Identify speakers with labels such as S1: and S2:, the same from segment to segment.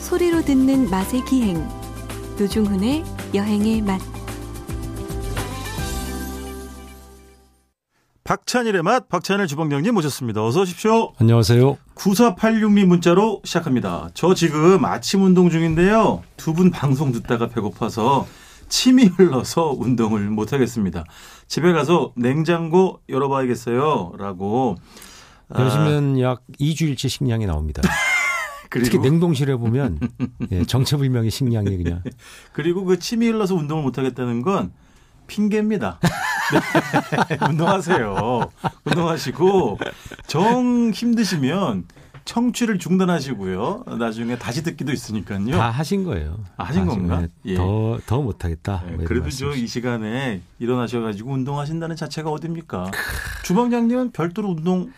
S1: 소리로 듣는 맛의 기행 노중훈의 여행의 맛
S2: 박찬일의 맛 박찬일 주방장님 모셨습니다. 어서 오십시오.
S3: 안녕하세요.
S2: 9486님 문자로 시작합니다. 저 지금 아침 운동 중인데요. 두 분 방송 듣다가 배고파서 침이 흘러서 운동을 못하겠습니다. 집에 가서 냉장고 열어봐야겠어요. 라고. 아,
S3: 그러시면 약 2주일치 식량이 나옵니다. 특히
S2: 그리고,
S3: 냉동실에 보면 예, 정체불명의 식량이 그냥
S2: 그리고 그 침이 흘러서 운동을 못하겠다는 건 핑계입니다. 네, 운동하세요. 운동하시고 정 힘드시면 청취를 중단하시고요. 나중에 다시 듣기도 있으니까요.
S3: 다 하신 거예요.
S2: 아, 하신
S3: 다
S2: 건가?
S3: 거예요.
S2: 예.
S3: 더, 더 못하겠다. 뭐
S2: 네,
S3: 이런
S2: 그래도
S3: 말씀이시죠.
S2: 저 이 시간에 일어나셔가지고 운동하신다는 자체가 어딥니까? 주방장님은 별도로 운동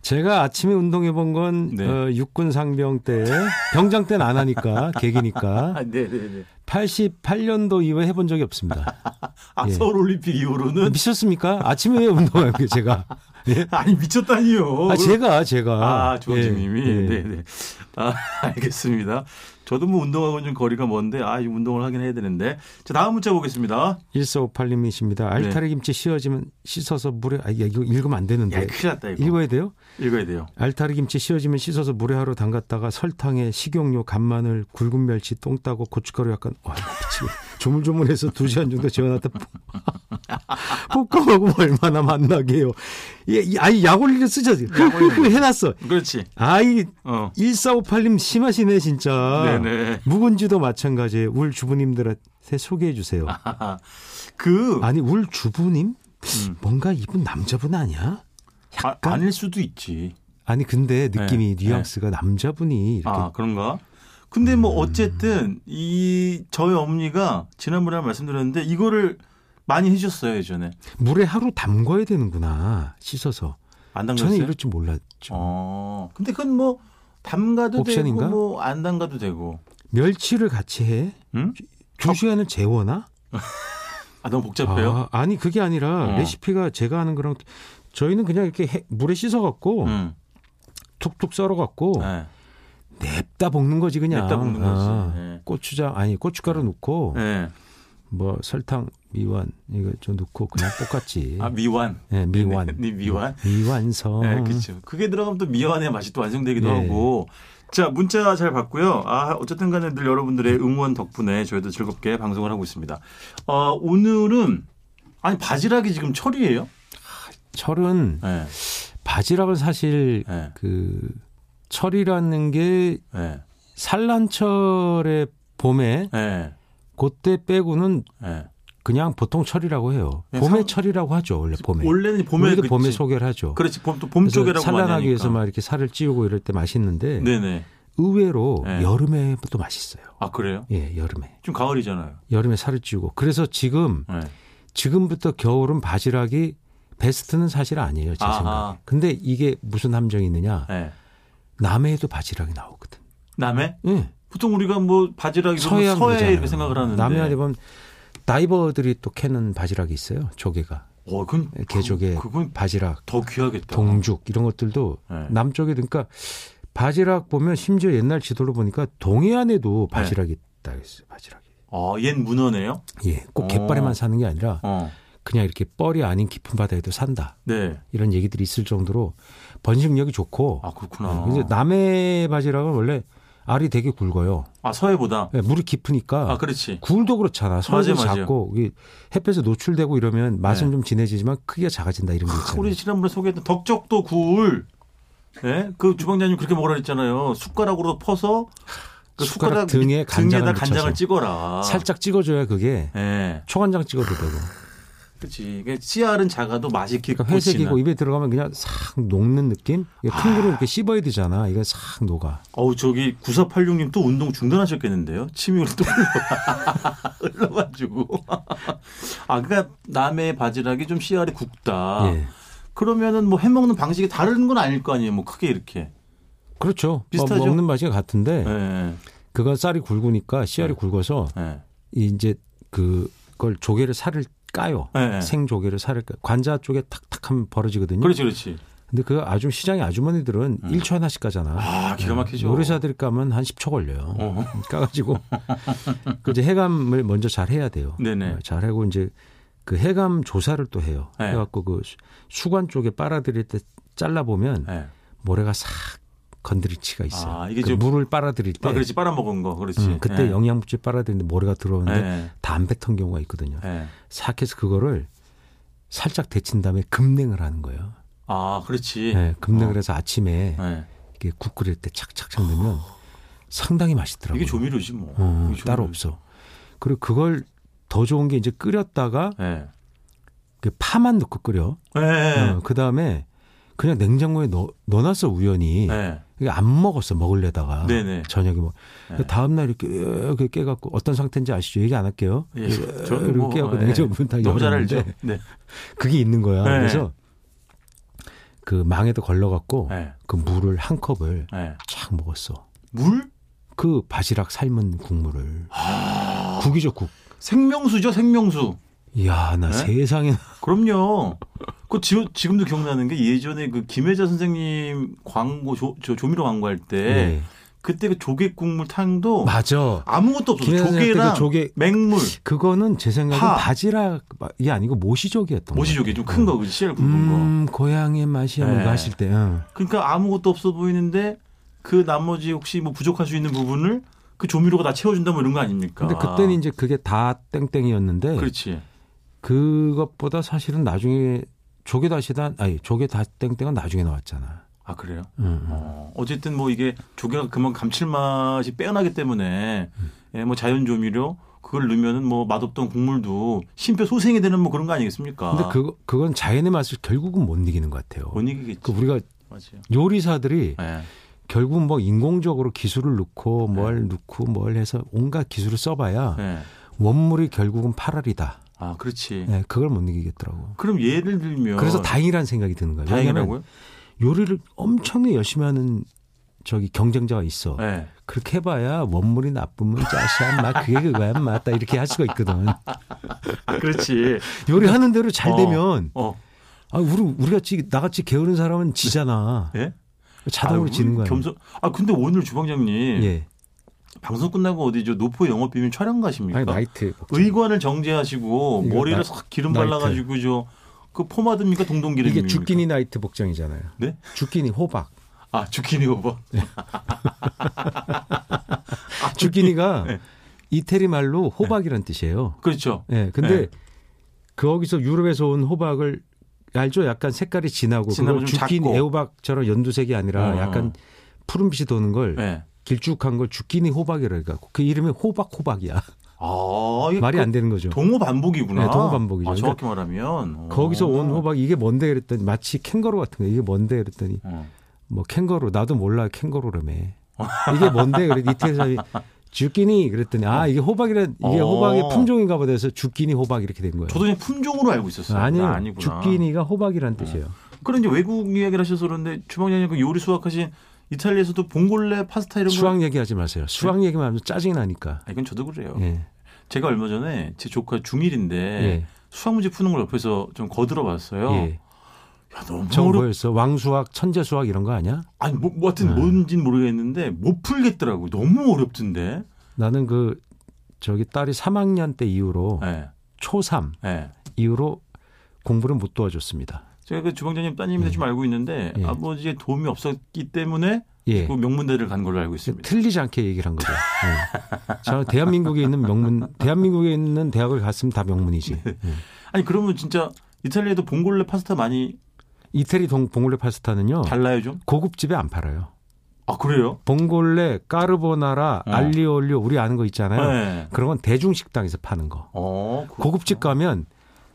S3: 제가 아침에 운동해 본 건
S2: 네.
S3: 어, 육군 상병 때 병장 때는 안 하니까 계기니까
S2: 아, 네네네.
S3: 88년도 이후에 해본 적이 없습니다.
S2: 아
S3: 예.
S2: 서울 올림픽 이후로는
S3: 미쳤습니까? 아침에 왜 운동합니까 제가? 예?
S2: 아니 미쳤다니요.
S3: 아 제가 제가
S2: 어, 그- 아 주방장님이
S3: 예, 예.
S2: 네네. 아 알겠습니다. 저도 뭐 운동하고는 좀 거리가 먼데 아이 운동을 하긴 해야 되는데 자 다음 문자 보겠습니다.
S3: 1458님이십니다. 알타리 김치 씌워지면 씻어서 물에 아 이거 읽으면 안
S2: 네. 야
S3: 되는데
S2: 큰일 났다 이거
S3: 읽어야 돼요?
S2: 읽어야 돼요.
S3: 알타리 김치 씌워지면 씻어서 물에 하루 담갔다가 설탕에 식용유, 간마늘, 굵은 멸치, 똥 따고 고춧가루 약간 와 미치고 조물조물해서 두 시간 정도 재워놨다 볶아먹으면 얼마나 맛나게요. 예, 이 아이 약올리를 쓰죠. 흐흐흐 그, 해놨어.
S2: 그렇지.
S3: 아이
S2: 어
S3: 1458님 심하시네 진짜.
S2: 네네.
S3: 묵은지도 마찬가지예요. 울 주부님들한테 소개해 주세요.
S2: 아, 그
S3: 아니 울 주부님? 뭔가 이분 남자분 아니야?
S2: 아, 아닐 수도 있지.
S3: 아니 근데 느낌이
S2: 네,
S3: 뉘앙스가 남자분이 이렇게 음.
S2: 아 그런가? 근데 뭐 어쨌든 이 저희 어머니가 지난번에 말씀드렸는데 이거를 많이 해주셨어요 예전에
S3: 물에 하루 담궈야 되는구나 씻어서
S2: 안
S3: 저는
S2: 담갔어요.
S3: 이럴 줄 몰랐죠.
S2: 어. 근데 그건 뭐 담가도
S3: 옵션인가?
S2: 되고 뭐 안 담가도 되고.
S3: 멸치를 같이 해?
S2: 응?
S3: 두 시간을 재워놔?
S2: 아 너무 복잡해요.
S3: 아, 니 그게 아니라
S2: 어.
S3: 레시피가 제가 하는 거랑 저희는 그냥 이렇게 해- 물에 씻어갖고
S2: 응.
S3: 툭툭
S2: 음.
S3: 썰어갖고
S2: 네.
S3: 냅다 볶는 거지 그냥. 아.
S2: 냅다 볶는 거지. 네.
S3: 고추장 아니 고춧가루 넣고
S2: 네.
S3: 뭐 설탕 미원 이거 좀 넣고 그냥 똑같지.
S2: 아 미완.
S3: 예, 미완.
S2: 네, 미완.
S3: 미완성.
S2: 네, 그렇죠. 그게 들어가면 또 미완의 맛이 또 완성되기도
S3: 네.
S2: 하고. 자 문자 잘 봤고요. 아 어쨌든 간에 늘 여러분들의 응원 덕분에 저희도 즐겁게 방송을 하고 있습니다. 어, 오늘은 아니 바지락이 지금 철이에요?
S3: 철은
S2: 네.
S3: 바지락은 사실
S2: 네.
S3: 그 철이라는 게
S2: 네.
S3: 산란철의 봄에
S2: 네.
S3: 그때 빼고는
S2: 네.
S3: 그냥 보통 철이라고 해요.
S2: 네,
S3: 봄의
S2: 상-
S3: 철이라고 하죠. 원래 봄에.
S2: 원래는 봄에
S3: 우리도 봄에
S2: 그치.
S3: 소개를 하죠.
S2: 그렇지 봄 또 봄
S3: 그래서
S2: 쪽이라고
S3: 산란하기
S2: 많이
S3: 위해서
S2: 하니까.
S3: 막 이렇게 살을 찌우고 이럴 때 맛있는데
S2: 네네.
S3: 의외로
S2: 네.
S3: 여름에 또 맛있어요.
S2: 아 그래요?
S3: 예, 여름에.
S2: 지금 가을이잖아요.
S3: 여름에 살을 찌우고. 그래서 지금
S2: 네.
S3: 지금부터 겨울은 바지락이 베스트는 사실 아니에요. 제
S2: 아하.
S3: 생각에. 근데 이게 무슨 함정이 있느냐.
S2: 네.
S3: 남해에도 바지락이 나오거든.
S2: 남해?
S3: 예.
S2: 보통 우리가 뭐 바지락이 서해,
S3: 서해안
S2: 서해
S3: 그러잖아요.
S2: 이렇게 생각을 하는데.
S3: 남해안에 보면 다이버들이 또 캐는 바지락이 있어요. 조개가.
S2: 어, 그건
S3: 뭐 개조개,
S2: 그, 건
S3: 바지락
S2: 더 귀하겠다.
S3: 동죽 이런 것들도
S2: 네.
S3: 남쪽에 그러니까 바지락 보면 심지어 옛날 지도로 보니까 동해안에도
S2: 네.
S3: 바지락이 있다 그랬어요. 바지락이.
S2: 어, 옛 문어네요.
S3: 예. 꼭
S2: 어.
S3: 갯벌에만 사는 게 아니라
S2: 어.
S3: 그냥 이렇게 뻘이 아닌 깊은 바다에도 산다.
S2: 네.
S3: 이런 얘기들이 있을 정도로 번식력이 좋고
S2: 아, 그렇구나.
S3: 근데 남해 바지락은 원래 알이 되게 굵어요.
S2: 아, 서해보다.
S3: 예, 물이 깊으니까
S2: 아, 그렇지.
S3: 굴도 그렇잖아. 서울이
S2: 맞아요.
S3: 작고 이게 햇볕에 노출되고 이러면 맛은
S2: 네.
S3: 좀 진해지지만 크기가 작아진다 이런 거 있잖아요.
S2: 우리 지난번에 소개했던 덕적도 굴. 예? 그 주방장님 그렇게 먹으라 했잖아요. 숟가락으로 퍼서 그 숟가락,
S3: 숟가락 등에
S2: 밑-
S3: 간장을
S2: 등에다
S3: 묻혀서.
S2: 간장을 찍어라.
S3: 살짝 찍어줘야 그게
S2: 예.
S3: 초간장 찍어도 되고
S2: 그렇지. 이게 씨알은 작아도 맛이 깊고
S3: 그러니까 회색이고
S2: 진한.
S3: 입에 들어가면 그냥 싹 녹는 느낌. 이게
S2: 아.
S3: 큰 거를 이렇게 씹어야 되잖아. 이거 싹 녹아.
S2: 어우 저기 9486님 또 운동 중단하셨겠는데요? 침이 흘러 흘러가지고 아 그러니까 남의 바지락이 좀 씨알이 굵다.
S3: 예.
S2: 그러면은 뭐 해먹는 방식이 다른 건 아닐 거 아니에요? 뭐 크게 이렇게.
S3: 그렇죠.
S2: 비슷하죠?
S3: 뭐 먹는 맛이 같은데
S2: 예. 예.
S3: 그건 쌀이 굵으니까 씨알이 굵어서
S2: 예.
S3: 이제 그걸 조개를 살을 까요.
S2: 예.
S3: 생 조개를 살을 까 관자 쪽에 탁탁 하면 벌어지거든요.
S2: 그렇지, 그렇지.
S3: 근데 근데 그 아주 시장의 아주머니들은
S2: 음.
S3: 일 1초 하나씩 까잖아.
S2: 아, 기가 막히죠.
S3: 요리사들이 까면 한 10초 걸려요.
S2: 어.
S3: 까가지고 그 이제 해감을 먼저 잘 해야 돼요.
S2: 네네.
S3: 어, 잘 하고 이제 그 해감 조사를 또 해요.
S2: 네.
S3: 해갖고 그 수- 수관 쪽에 빨아들일 때 잘라 보면
S2: 네.
S3: 모래가 싹 건드릴 치가 있어요.
S2: 아, 이게
S3: 그
S2: 좀-
S3: 물을 빨아들일 때
S2: 아, 그렇지. 빨아먹은 거. 그렇지.
S3: 음, 그때
S2: 예.
S3: 영양물질 빨아들이는데 모래가 들어오는데
S2: 예.
S3: 다 안 뱉은 경우가 있거든요.
S2: 예.
S3: 싹 해서 그거를 살짝 데친 다음에 급냉을 하는 거예요.
S2: 아, 그렇지.
S3: 네, 급냉을
S2: 어.
S3: 해서 아침에
S2: 예.
S3: 이렇게 국 끓일 때 착착착 넣으면 상당히 맛있더라고요.
S2: 이게 조미료지 뭐.
S3: 어,
S2: 이게 조미료지.
S3: 따로 없어. 그리고 그걸 더 좋은 게 이제 끓였다가
S2: 예.
S3: 그 파만 넣고 끓여.
S2: 예. 예.
S3: 그 다음에 그냥 냉장고에 넣, 넣어놨어 우연히.
S2: 예.
S3: 이게 안 먹었어 먹을래다가
S2: 네네.
S3: 저녁에 뭐.
S2: 네.
S3: 다음 날 이렇게 이렇게 깨갖고 어떤 상태인지 아시죠? 얘기 안 할게요.
S2: 예,
S3: 이렇게
S2: 저는 뭐,
S3: 깨갖고
S2: 예.
S3: 냉장고 다
S2: 너무 잘 알죠. 네.
S3: 그게 있는 거야.
S2: 네.
S3: 그래서 그 망에도 걸러갖고
S2: 예.
S3: 그 물을 한 컵을
S2: 예.
S3: 쫙 먹었어.
S2: 물?
S3: 그 바지락 삶은 국물을
S2: 아.
S3: 국이죠 국.
S2: 생명수죠, 생명수.
S3: 이야 나
S2: 네?
S3: 세상에
S2: 그럼요. 그 지, 지금도 기억나는 게 예전에 그 김혜자 선생님 광고 조, 저 조미료 광고할 때
S3: 네.
S2: 그때 그 조개 국물 탕도
S3: 맞아.
S2: 아무것도 없었어요.
S3: 김혜자 선생님
S2: 조개랑
S3: 때그 조개-
S2: 맹물,
S3: 그거는 제 생각엔
S2: 파.
S3: 바지락이 아니고 모시조개였던
S2: 모시조개 좀 큰 거, 그 씨알 굵은 거.
S3: 네. 음 고향의 맛이 하는
S2: 네.
S3: 거 하실 때. 응.
S2: 그러니까 아무것도 없어 보이는데 그 나머지 혹시 뭐 부족할 수 있는 부분을 그 조미료가 다 채워준다 뭐 이런 거 아닙니까?
S3: 근데 그때는 이제 그게 다 땡땡이었는데
S2: 그렇지.
S3: 그것보다 사실은 나중에 조개 다시다 아니 조개 다 땡땡은 나중에 나왔잖아.
S2: 아 그래요?
S3: 응.
S2: 어, 어쨌든 뭐 이게 조개가 그만 감칠맛이 빼어나기 때문에 예, 뭐 자연 조미료 그걸 넣으면은 뭐 맛없던 국물도 심폐소생이 되는 뭐 그런 거 아니겠습니까?
S3: 근데 그 그건 자연의 맛을 결국은 못 이기는 것 같아요.
S2: 못 이기겠지.
S3: 그 우리가
S2: 맞아요.
S3: 요리사들이
S2: 예.
S3: 결국 뭐 인공적으로 기술을 넣고
S2: 네.
S3: 뭘 넣고 뭘 해서 온갖 기술을 써봐야
S2: 예.
S3: 원물이 결국은 파랄이다.
S2: 아 그렇지.
S3: 예, 그걸 못 이기겠더라고.
S2: 그럼 예를 들면
S3: 그래서 다행이라는 생각이 드는 거예요. 왜냐하면
S2: 다행이라고요?
S3: 요리를 엄청나게 열심히 하는 저기 경쟁자가 있어.
S2: 예.
S3: 그렇게 해봐야 원물이 나쁘면 짜시야 막 그게 그거야 맞다 이렇게 할 수가 있거든.
S2: 아, 그렇지.
S3: 요리하는 대로 잘
S2: 어.
S3: 되면
S2: 어.
S3: 아 우리 우리같이 나같이 게으른 사람은 지잖아.
S2: 예?
S3: 자동으로
S2: 아,
S3: 지는 거야.
S2: 겸손. 아 근데 오늘 주방장님
S3: 예.
S2: 방송 끝나고 어디 저 노포 영업 비밀 촬영 가십니까?
S3: 나이트.
S2: 의관을 정제하시고
S3: 이거
S2: 머리를
S3: 나-
S2: 싹 기름
S3: 나이트.
S2: 발라가지고 저 그 포마드입니까 동동 기름입니까?
S3: 이게 주끼니 나이트 복장이잖아요.
S2: 네?
S3: 주끼니 호박.
S2: 아 주키니 오버.
S3: 주끼니가
S2: 네.
S3: 이태리 말로 호박이란 뜻이에요.
S2: 그렇죠.
S3: 예. 근데
S2: 네.
S3: 거기서 유럽에서 온 호박을 알죠? 약간 색깔이 진하고
S2: 진하고
S3: 그걸
S2: 좀
S3: 주끼니
S2: 작고.
S3: 애호박처럼 연두색이 아니라
S2: 어, 어.
S3: 약간 푸른빛이 도는 걸
S2: 네.
S3: 길쭉한 걸 주끼니 호박이라 해갖고 그 이름이 호박 호박이야.
S2: 아 이게
S3: 말이
S2: 그
S3: 안 되는 거죠.
S2: 동호 반복이구나.
S3: 네, 동호 반복이죠.
S2: 아, 정확히 말하면 어.
S3: 거기서 온 호박 이게 뭔데 그랬더니 마치 캥거루 같은 거 이게 뭔데 그랬더니
S2: 어.
S3: 뭐 캥거루 나도 몰라 캥거루라며 이게 뭔데 그랬더니 이태리 사람이 주끼니 그랬더니 아 이게 호박이란 이게
S2: 어.
S3: 호박의 품종인가 보다 해서 주끼니 호박 이렇게 된 거예요.
S2: 저도 그냥 품종으로 알고 있었어요.
S3: 아니요
S2: 아, 아니구나. 네.
S3: 주끼니가 호박이란 뜻이에요.
S2: 그런 이제 외국 이야기를 하셔서 그런데 주방장님 그 요리 수학하신 이탈리아에서도 봉골레 파스타 이런 거. 네.
S3: 수학 얘기하지 마세요. 수학 얘기만 하면 짜증 나니까.
S2: 아, 이건 저도 그래요.
S3: 예.
S2: 제가 얼마 전에 제 조카 중1인데
S3: 예.
S2: 수학 문제 푸는 걸 옆에서 좀 거들어봤어요.
S3: 예.
S2: 야, 너무
S3: 저
S2: 어렵.
S3: 뭐였어? 왕수학, 천재수학 이런 거 아니야?
S2: 아니 뭐, 뭐 하여튼
S3: 음.
S2: 뭔진 모르겠는데 못 풀겠더라고. 너무 어렵던데.
S3: 나는 그 저기 딸이 3학년 때 이후로
S2: 예.
S3: 초3
S2: 예.
S3: 이후로 공부를 못 도와줬습니다.
S2: 제가 그 주방장님 따님인데 좀 알고 있는데
S3: 예.
S2: 아버지의 도움이 없었기 때문에
S3: 예. 그
S2: 그 명문대를 간 걸로 알고 있습니다.
S3: 틀리지 않게 얘기를 한 거죠. 예. 저는 대한민국에 있는 명문, 대한민국에 있는 대학을 갔으면 다 명문이지. 예.
S2: 아니 그러면 진짜 이탈리아도 봉골레 파스타 많이
S3: 이태리 동, 봉골레 파스타는요,
S2: 달라요 좀?
S3: 고급집에 안 팔아요.
S2: 아 그래요?
S3: 봉골레, 까르보나라,
S2: 어.
S3: 알리올리오, 우리 아는 거 있잖아요.
S2: 네.
S3: 그런 건 대중식당에서 파는 거.
S2: 어. 그-
S3: 고급집 가면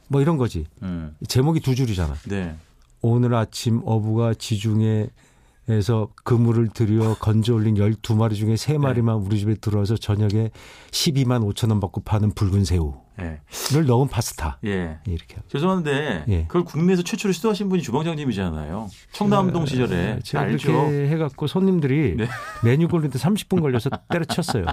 S3: 뭐 이런 거지.
S2: 음.
S3: 제목이 두 줄이잖아.
S2: 네.
S3: 오늘 아침 어부가 지중해에서 그물을 들여 건져 올린 12마리
S2: 네.
S3: 중에 3마리만 우리 집에 들어와서 저녁에 12만 5천 원 받고 파는 붉은 새우를
S2: 예.
S3: 넣은 파스타.
S2: 예.
S3: 예, 이렇게 하고.
S2: 죄송한데
S3: 예.
S2: 그걸 국내에서 최초로 시도하신 분이 주방장님이잖아요. 청담동 시절에
S3: 제가
S2: 알죠.
S3: 그렇게 해갖고 손님들이
S2: 네.
S3: 메뉴 고르는데 30분 걸려서 때려쳤어요.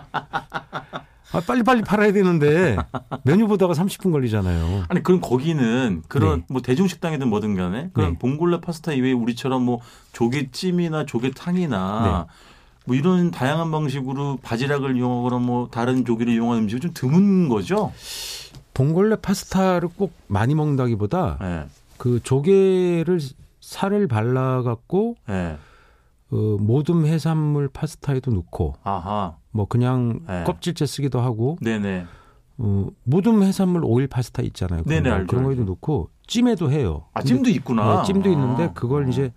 S3: 아, 빨리빨리 팔아야 되는데 메뉴 보다가 30분 걸리잖아요.
S2: 아니 그럼 거기는 그런
S3: 네.
S2: 뭐 대중식당이든 뭐든 간에 그런
S3: 네.
S2: 봉골레 파스타 이외에 우리처럼 뭐 조개찜이나
S3: 네.
S2: 조개탕이나 뭐 이런 다양한 방식으로 바지락을 이용하거나 뭐 다른 조개를 이용한 음식은 좀 드문 거죠.
S3: 봉골레 파스타를 꼭 많이 먹는다기보다
S2: 예.
S3: 그 조개를 살을 발라 갖고
S2: 예.
S3: 어, 모듬 해산물 파스타에도 넣고
S2: 아하.
S3: 뭐 그냥
S2: 네.
S3: 껍질째 쓰기도 하고
S2: 네네.
S3: 어, 모듬 해산물 오일 파스타 있잖아요. 그런
S2: 네네,
S3: 거.
S2: 알죠,
S3: 그런 거에도
S2: 알죠.
S3: 넣고 찜에도 해요.
S2: 아
S3: 근데
S2: 찜도 있구나.
S3: 네, 찜도
S2: 아.
S3: 있는데 그걸
S2: 어.
S3: 이제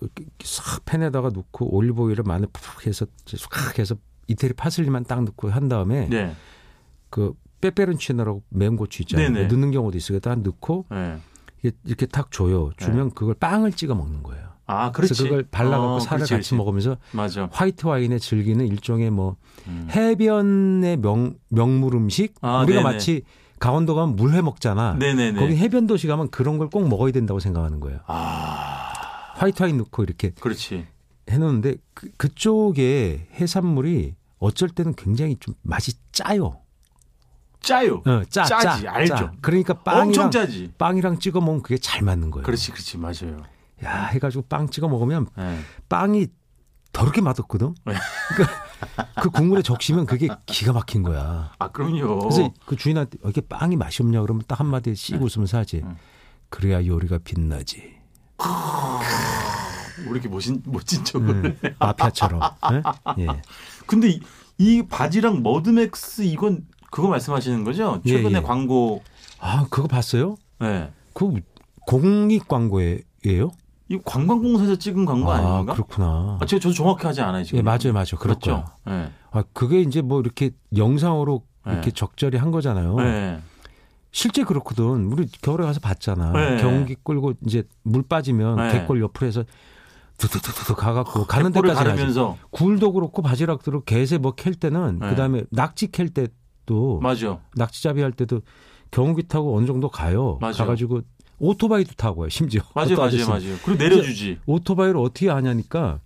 S3: 이렇게 싹 팬에다가 넣고 올리브 오일을 마늘 푹 해서 이제 싹 해서 이태리 파슬리만 딱 넣고 한 다음에
S2: 네.
S3: 그 페페론치노라고 매운 고추 있잖아요.
S2: 네네.
S3: 넣는 경우도 있어요. 딱 넣고
S2: 네.
S3: 이게 이렇게 탁 줘요. 주면 그걸 빵을 찍어 먹는 거예요.
S2: 아
S3: 그래서
S2: 네. 그렇지.
S3: 그걸 발라갖고
S2: 어,
S3: 살을
S2: 그렇지,
S3: 같이
S2: 그렇지.
S3: 먹으면서
S2: 맞아.
S3: 화이트 와인에 즐기는 일종의 뭐
S2: 음.
S3: 해변의 명 명물 음식.
S2: 아,
S3: 우리가
S2: 네네.
S3: 마치 강원도 가면 물회 먹잖아.
S2: 네네네.
S3: 거기 해변 도시 가면 그런 걸 꼭 먹어야 된다고 생각하는 거예요.
S2: 아
S3: 화이트 와인 넣고 이렇게
S2: 그렇지.
S3: 해놓는데 그, 그쪽에 해산물이 어쩔 때는 굉장히 좀 맛이 짜요.
S2: 짜요.
S3: 어, 짜,
S2: 짜지,
S3: 짜,
S2: 알죠.
S3: 짜. 그러니까
S2: 엄청
S3: 빵이랑
S2: 짜지.
S3: 빵이랑 찍어 먹으면 그게 잘 맞는 거예요.
S2: 그렇지 그렇지 맞아요.
S3: 야 해가지고 빵 찍어 먹으면
S2: 네.
S3: 빵이 더럽게 맛없거든. 그러니까 그 국물에 적시면 그게 기가 막힌 거야.
S2: 아 그럼요.
S3: 그래서 그 주인한테 어, 이게 빵이 맛이 없냐 그러면 딱 한마디
S2: 네.
S3: 씩 웃으면서 하지.
S2: 음.
S3: 그래야 요리가 빛나지.
S2: 왜 이렇게 멋진 멋진 척을.
S3: 음, 마피아처럼. 예? 예.
S2: 근데 이, 이 바지랑 머드맥스 이건 그거 말씀하시는 거죠?
S3: 예,
S2: 최근에
S3: 예.
S2: 광고.
S3: 아 그거 봤어요?
S2: 예.
S3: 그 공익 광고예요?
S2: 이 관광공사에서 찍은 광고 아, 닌가
S3: 그렇구나.
S2: 아, 제가 저도 정확히 하지 않아요 지금.
S3: 예, 맞아요, 맞아요. 그렇죠.
S2: 그렇죠. 예.
S3: 아, 그게 이제 뭐 이렇게 영상으로
S2: 네.
S3: 이렇게 적절히 한 거잖아요.
S2: 예.
S3: 실제 그렇거든. 우리 겨울에 가서 봤잖아.
S2: 네.
S3: 경기 끌고 이제 물 빠지면
S2: 네.
S3: 갯골 옆으로 해서 두두두두 가갖고 가는
S2: 를
S3: 데까지 가지.
S2: 가르면서
S3: 굴도 그렇고 바지락도 개새 뭐 캘 때는
S2: 네.
S3: 그다음에 낙지 캘 때도
S2: 맞아.
S3: 낙지잡이 할 때도 경기 타고 어느 정도 가요.
S2: 맞아요.
S3: 가가지고 오토바이도 타고요. 심지어
S2: 맞아요,
S3: 어떤
S2: 맞아요,
S3: 아저씨는.
S2: 맞아요. 그리고 내려주지.
S3: 오토바이를 어떻게 하냐니까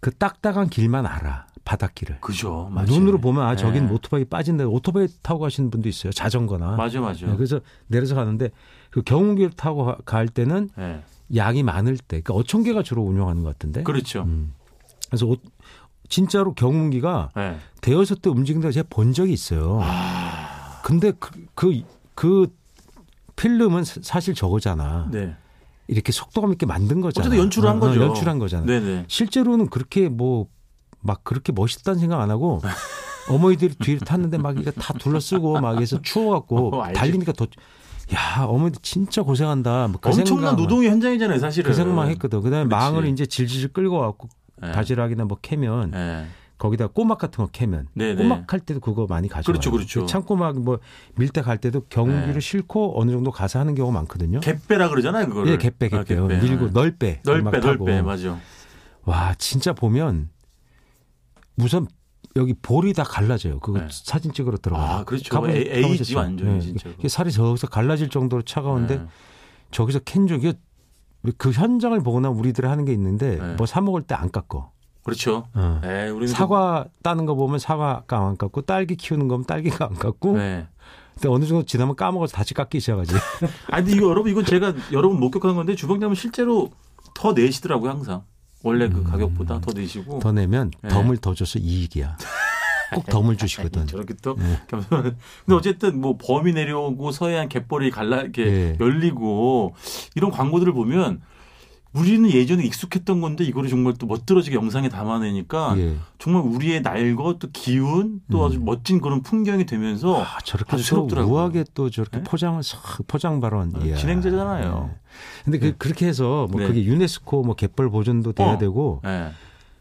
S3: 그 딱딱한 길만 알아. 바닷길을.
S2: 그죠. 맞아요.
S3: 눈으로 보면 아 저긴
S2: 예.
S3: 오토바이 빠진다. 오토바이 타고 가시는 분도 있어요. 자전거나.
S2: 맞아, 맞아.
S3: 네, 그래서 내려서 가는데 그 경운기를 타고 가- 갈 때는
S2: 예.
S3: 양이 많을 때, 그러니까 어촌계가 주로 운영하는 것 같은데.
S2: 그렇죠.
S3: 음. 그래서 옷- 진짜로 경운기가
S2: 예.
S3: 대여섯 대 움직이는 걸 제가 본 적이 있어요.
S2: 아.
S3: 근데 그, 그, 그 필름은 사- 사실 저거잖아.
S2: 네.
S3: 이렇게 속도감 있게 만든 거잖아.
S2: 어쨌든 연출을 한
S3: 어, 어,
S2: 거죠.
S3: 연출한 거잖아.
S2: 네네.
S3: 실제로는 그렇게 뭐 막 그렇게 멋있다는 생각 안 하고 어머니들이 뒤를 탔는데 막 이거 다 둘러쓰고 막 해서 추워갖고
S2: 어, 알지.
S3: 달리니까 더야 어머니 진짜 고생한다. 뭐그
S2: 엄청난
S3: 생각만-
S2: 노동의 현장이잖아요, 사실은.
S3: 그 생각만 했거든. 그다음에
S2: 그렇지.
S3: 망을 이제 질질 끌고 와갖고
S2: 예.
S3: 바지락이나 뭐 캐면
S2: 예.
S3: 거기다 꼬막 같은 거 캐면
S2: 네네.
S3: 꼬막 할 때도 그거 많이 가져와요.
S2: 그렇죠, 그렇죠.
S3: 창꼬막 뭐 밀대 갈 때도 경기를
S2: 네.
S3: 싣고 어느 정도 가서 하는 경우 많거든요.
S2: 갯배라 그러잖아요, 그거를.
S3: 예, 갯배,
S2: 아,
S3: 갯배. 요 밀고
S2: 예.
S3: 널배. 막
S2: 넓배,
S3: 타고.
S2: 넓배, 맞아.
S3: 와, 진짜 보면 무슨 여기 볼이 다 갈라져요. 그거
S2: 네. 사진
S3: 사진 찍으러 들어가.
S2: 아, 그렇죠. 에이- 에이지 완전히 진짜 그거.
S3: 네. 이게 살이 저기서 갈라질 정도로 차가운데
S2: 네.
S3: 저기서 캔 저기 그 현장을 보거나 우리들 하는 게 있는데
S2: 네.
S3: 뭐 사 먹을 때 안 깎어.
S2: 그렇죠.
S3: 어.
S2: 예, 우리는 좀-
S3: 사과 따는 거 보면 사과가 안 깎고 딸기 키우는 거면 딸기가 안 깎고
S2: 네.
S3: 근데 어느 정도 지나면 까먹어서 다시 깎기 시작하지.
S2: 아 근데 이거 여러분 이건 제가 여러분 목격한 건데 주방장은 실제로 더 내시더라고요 항상 원래 그 가격보다 더 내시고
S3: 음. 더 내면
S2: 네.
S3: 덤을 더 줘서 이익이야. 꼭 덤을 주시거든.
S2: 저렇게 또
S3: 예.
S2: 겸손. 근데 어쨌든 뭐 범이 내려오고 서해안 갯벌이 갈라 이렇게
S3: 예.
S2: 열리고 이런 광고들을 보면 우리는 예전에 익숙했던 건데 이거를 정말 또 멋들어지게 영상에 담아내니까
S3: 예. 음.
S2: 정말 우리의 날과 또 기운 또 아주 멋진 그런 풍경이 되면서
S3: 아, 저렇게
S2: 아주
S3: 또
S2: 새롭더라고요.
S3: 우아하게 또 저렇게
S2: 네?
S3: 포장을 싹 포장 발언.
S2: 아, 진행자잖아요.
S3: 근데 그, 그렇게 해서 뭐
S2: 네.
S3: 그게 유네스코 뭐 갯벌 보존도 돼야
S2: 어.
S3: 되고
S2: 예.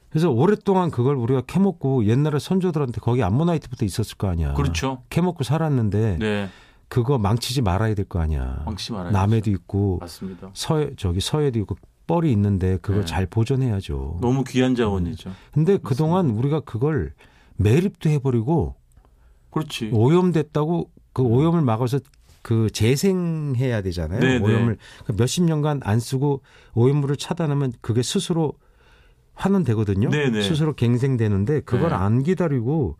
S3: 그래서 오랫동안 그걸 우리가 캐먹고 옛날에 선조들한테 거기 암모나이트부터 있었을 거 아니야.
S2: 그렇죠.
S3: 캐먹고 살았는데
S2: 네.
S3: 그거 망치지 말아야 될 거 아니야.
S2: 왕씨 말아요.
S3: 남해도 있고
S2: 맞습니다.
S3: 서해 저기 서해도 있고 뻘이 있는데 그걸
S2: 네.
S3: 잘 보존해야죠.
S2: 너무 귀한 자원이죠.
S3: 근데 그동안 우리가 그걸 매립도 해버리고
S2: 그렇지.
S3: 오염됐다고 그 오염을 막아서 그 재생해야
S2: 음.
S3: 되잖아요.
S2: 네, 네.
S3: 오염을 그러니까 몇십 년간 안 쓰고 오염물을 차단하면 그게 스스로 환원되거든요.
S2: 네, 네.
S3: 스스로 갱생되는데 그걸
S2: 네.
S3: 안 기다리고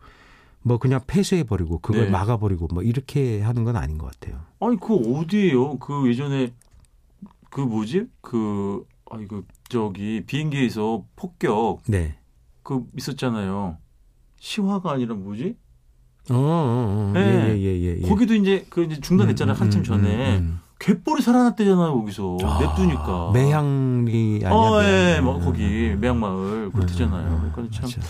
S3: 뭐 그냥 폐쇄해버리고 그걸
S2: 네.
S3: 막아버리고 뭐 이렇게 하는 건 아닌 것 같아요.
S2: 아니 그 어디예요? 그 예전에 그 뭐지? 그 아니 그 저기 비행기에서 폭격
S3: 네.
S2: 그 있었잖아요. 시화가 아니라 뭐지?
S3: 어, 어, 어.
S2: 네.
S3: 예, 예, 예, 예, 예.
S2: 거기도 이제 그 이제 중단됐잖아요.
S3: 음, 음,
S2: 한참
S3: 음,
S2: 전에
S3: 음, 음.
S2: 갯벌이 살아났대잖아요. 거기서
S3: 아,
S2: 냅두니까.
S3: 매향리 아니야?
S2: 어,
S3: 매향리.
S2: 예, 뭐 거기
S3: 음,
S2: 매양마을
S3: 음,
S2: 그렇대잖아요.
S3: 음,
S2: 그러니까 참
S3: 맞아.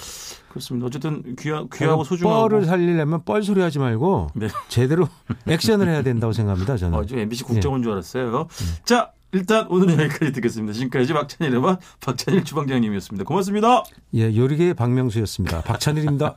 S2: 그렇습니다. 어쨌든 귀하 귀하고
S3: 그러니까
S2: 소중하고
S3: 뻘을 살리려면 뻘 소리 하지 말고
S2: 네.
S3: 제대로 액션을 해야 된다고 생각합니다. 저는.
S2: 어, 저 MBC 국정원 줄 알았어요. 자, 일단 오늘은 여기까지 듣겠습니다. 지금까지 박찬일의 맛 박찬일 주방장님이었습니다. 고맙습니다.
S3: 예, 요리계의 박명수였습니다. 박찬일입니다.